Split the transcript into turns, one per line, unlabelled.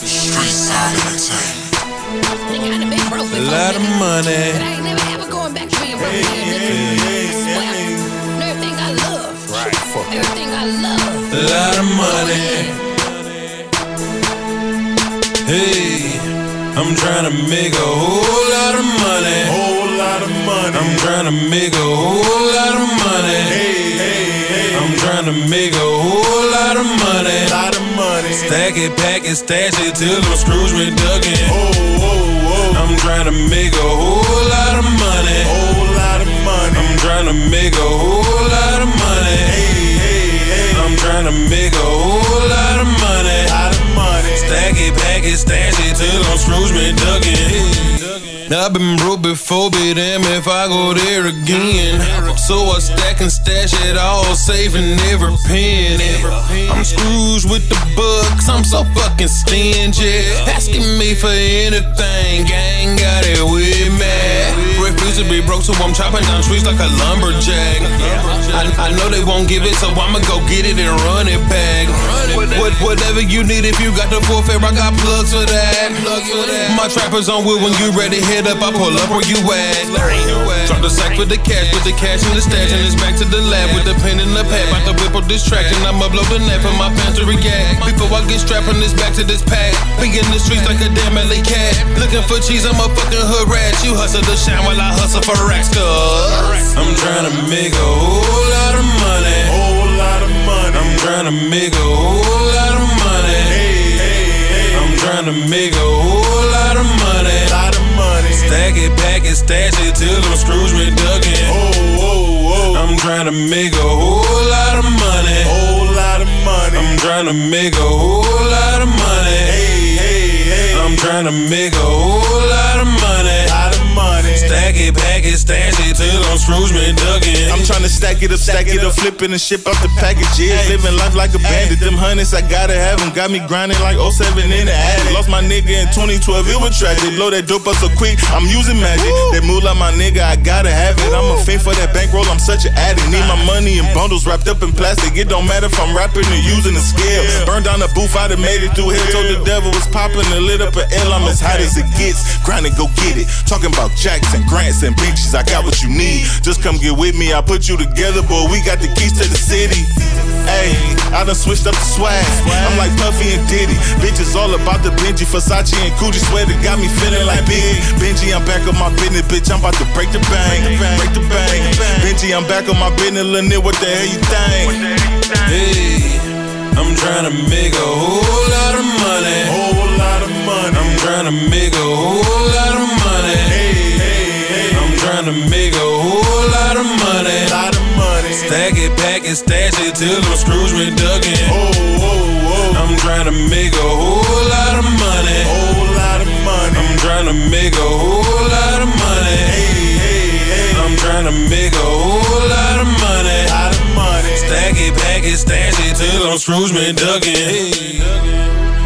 Street side entertainment.
They got a big broke
A lot of money.
But I ain't never ever going back to being broke. nigga. I swear. Everything I love.
Right. Fuck.
Everything I love.
A lot of money.
Yeah.
Hey, I'm tryna make a whole lot of money.
Whole lot of money.
I'm tryna make a whole lot of money.
hey, hey, hey.
I'm tryna make a whole lot
a
of money.
lot of money.
Stack it, pack it, stash it till I'm Scrooge McDuckin'.
Oh, oh, oh.
I'm tryna make a whole lot of money.
Whole lot of money.
I'm tryna make a whole lot of money.
hey, hey, hey.
I'm tryna make a whole lot of money.
lot of money.
Stack it, pack it, stash it till I'm Scrooge McDuckin'. I've been broke before, but damn if I go there again. So I stack and stash it all, saving every penny. I'm Scrooge with the bucks, I'm so fucking stingy. Asking me for anything, gang got it with me. Refuse to be broke, so I'm chopping down trees like a lumberjack. I, I know they won't give it, so I'ma go get it and run it back. What, whatever you need, if you got the forfeit, I got plugs for that. My trappers on wheel when you ready, hit up, I pull up where you at. Drop the sack with the cash, put the cash in the stash, and it's back to the lab with the pen and the pad. About to whip up this track, and I'm uploading that for my fans to react. Before I get strapped on this back to this pack, be in the streets like a damn LA cat. Looking for cheese, I'm a fucking hood rat. You hustle the shine while I hustle for racks, cuz I'm tryna make a whole lot of money.
Whole lot of money.
I'm tryna make a whole lot of money.
hey, hey, hey.
I'm tryna make a whole lot of money.
lot of money.
Stack it, pack it, stash it till I'm Scrooge McDuckin'.
oh, oh, oh.
I'm tryna make a whole lot of money.
whole lot of money.
I'm tryna make a whole lot of money.
hey, hey, hey.
I'm tryna make a whole lot of money.
lot of money.
Stack it, pack it, stash it till I'm Scrooge McDuckin'.
I'm tryna stack it up, stack it up, flipping and ship out the packages. Living life like a bandit. Them hundreds, I gotta have them. Got me grinding like 07 in the attic. Lost my nigga in 2012, it was tragic. Blow that dope up so quick, I'm using magic. That moolah, my nigga, I gotta have it. I'm a fiend for that bankroll, I'm such an addict. Need my money in bundles wrapped up in plastic. It don't matter if I'm rapping or using a scale. Burned down a booth, I'd have made it through hell. Told the devil was popping and lit up an L. I'm as hot as it gets. Grind and go get it. Talking about jacks and grants and beaches, I got what you need. Just come get with me, I put you together, boy. We got the keys to the city. Hey, I done switched up the swag. I'm like Puffy and Diddy. Bitches all about the Benji, Versace and Cootie sweater got me feeling like big. Benji, I'm back on my business, bitch. I'm about to break the bank. Break the bank. Benji, I'm back on my business, lil' nigga. What the hell you think?
Hey, I'm tryna make a whole lot of money.
whole lot of money.
I'm tryna make a whole lot of money.
hey, hey, hey.
I'm tryna make a whole lot of money.
lot of money.
Stack it, pack it, stash it till I'm Scrooge McDuckin'.
oh, oh, oh.
I'm tryna make a whole lot of money.
whole lot of money.
I'm tryna make a whole lot of money.
hey, hey, hey.
I'm tryna make a whole lot of money.
lot of money.
Stack it, pack it, stash it till I'm Scrooge McDuckin'.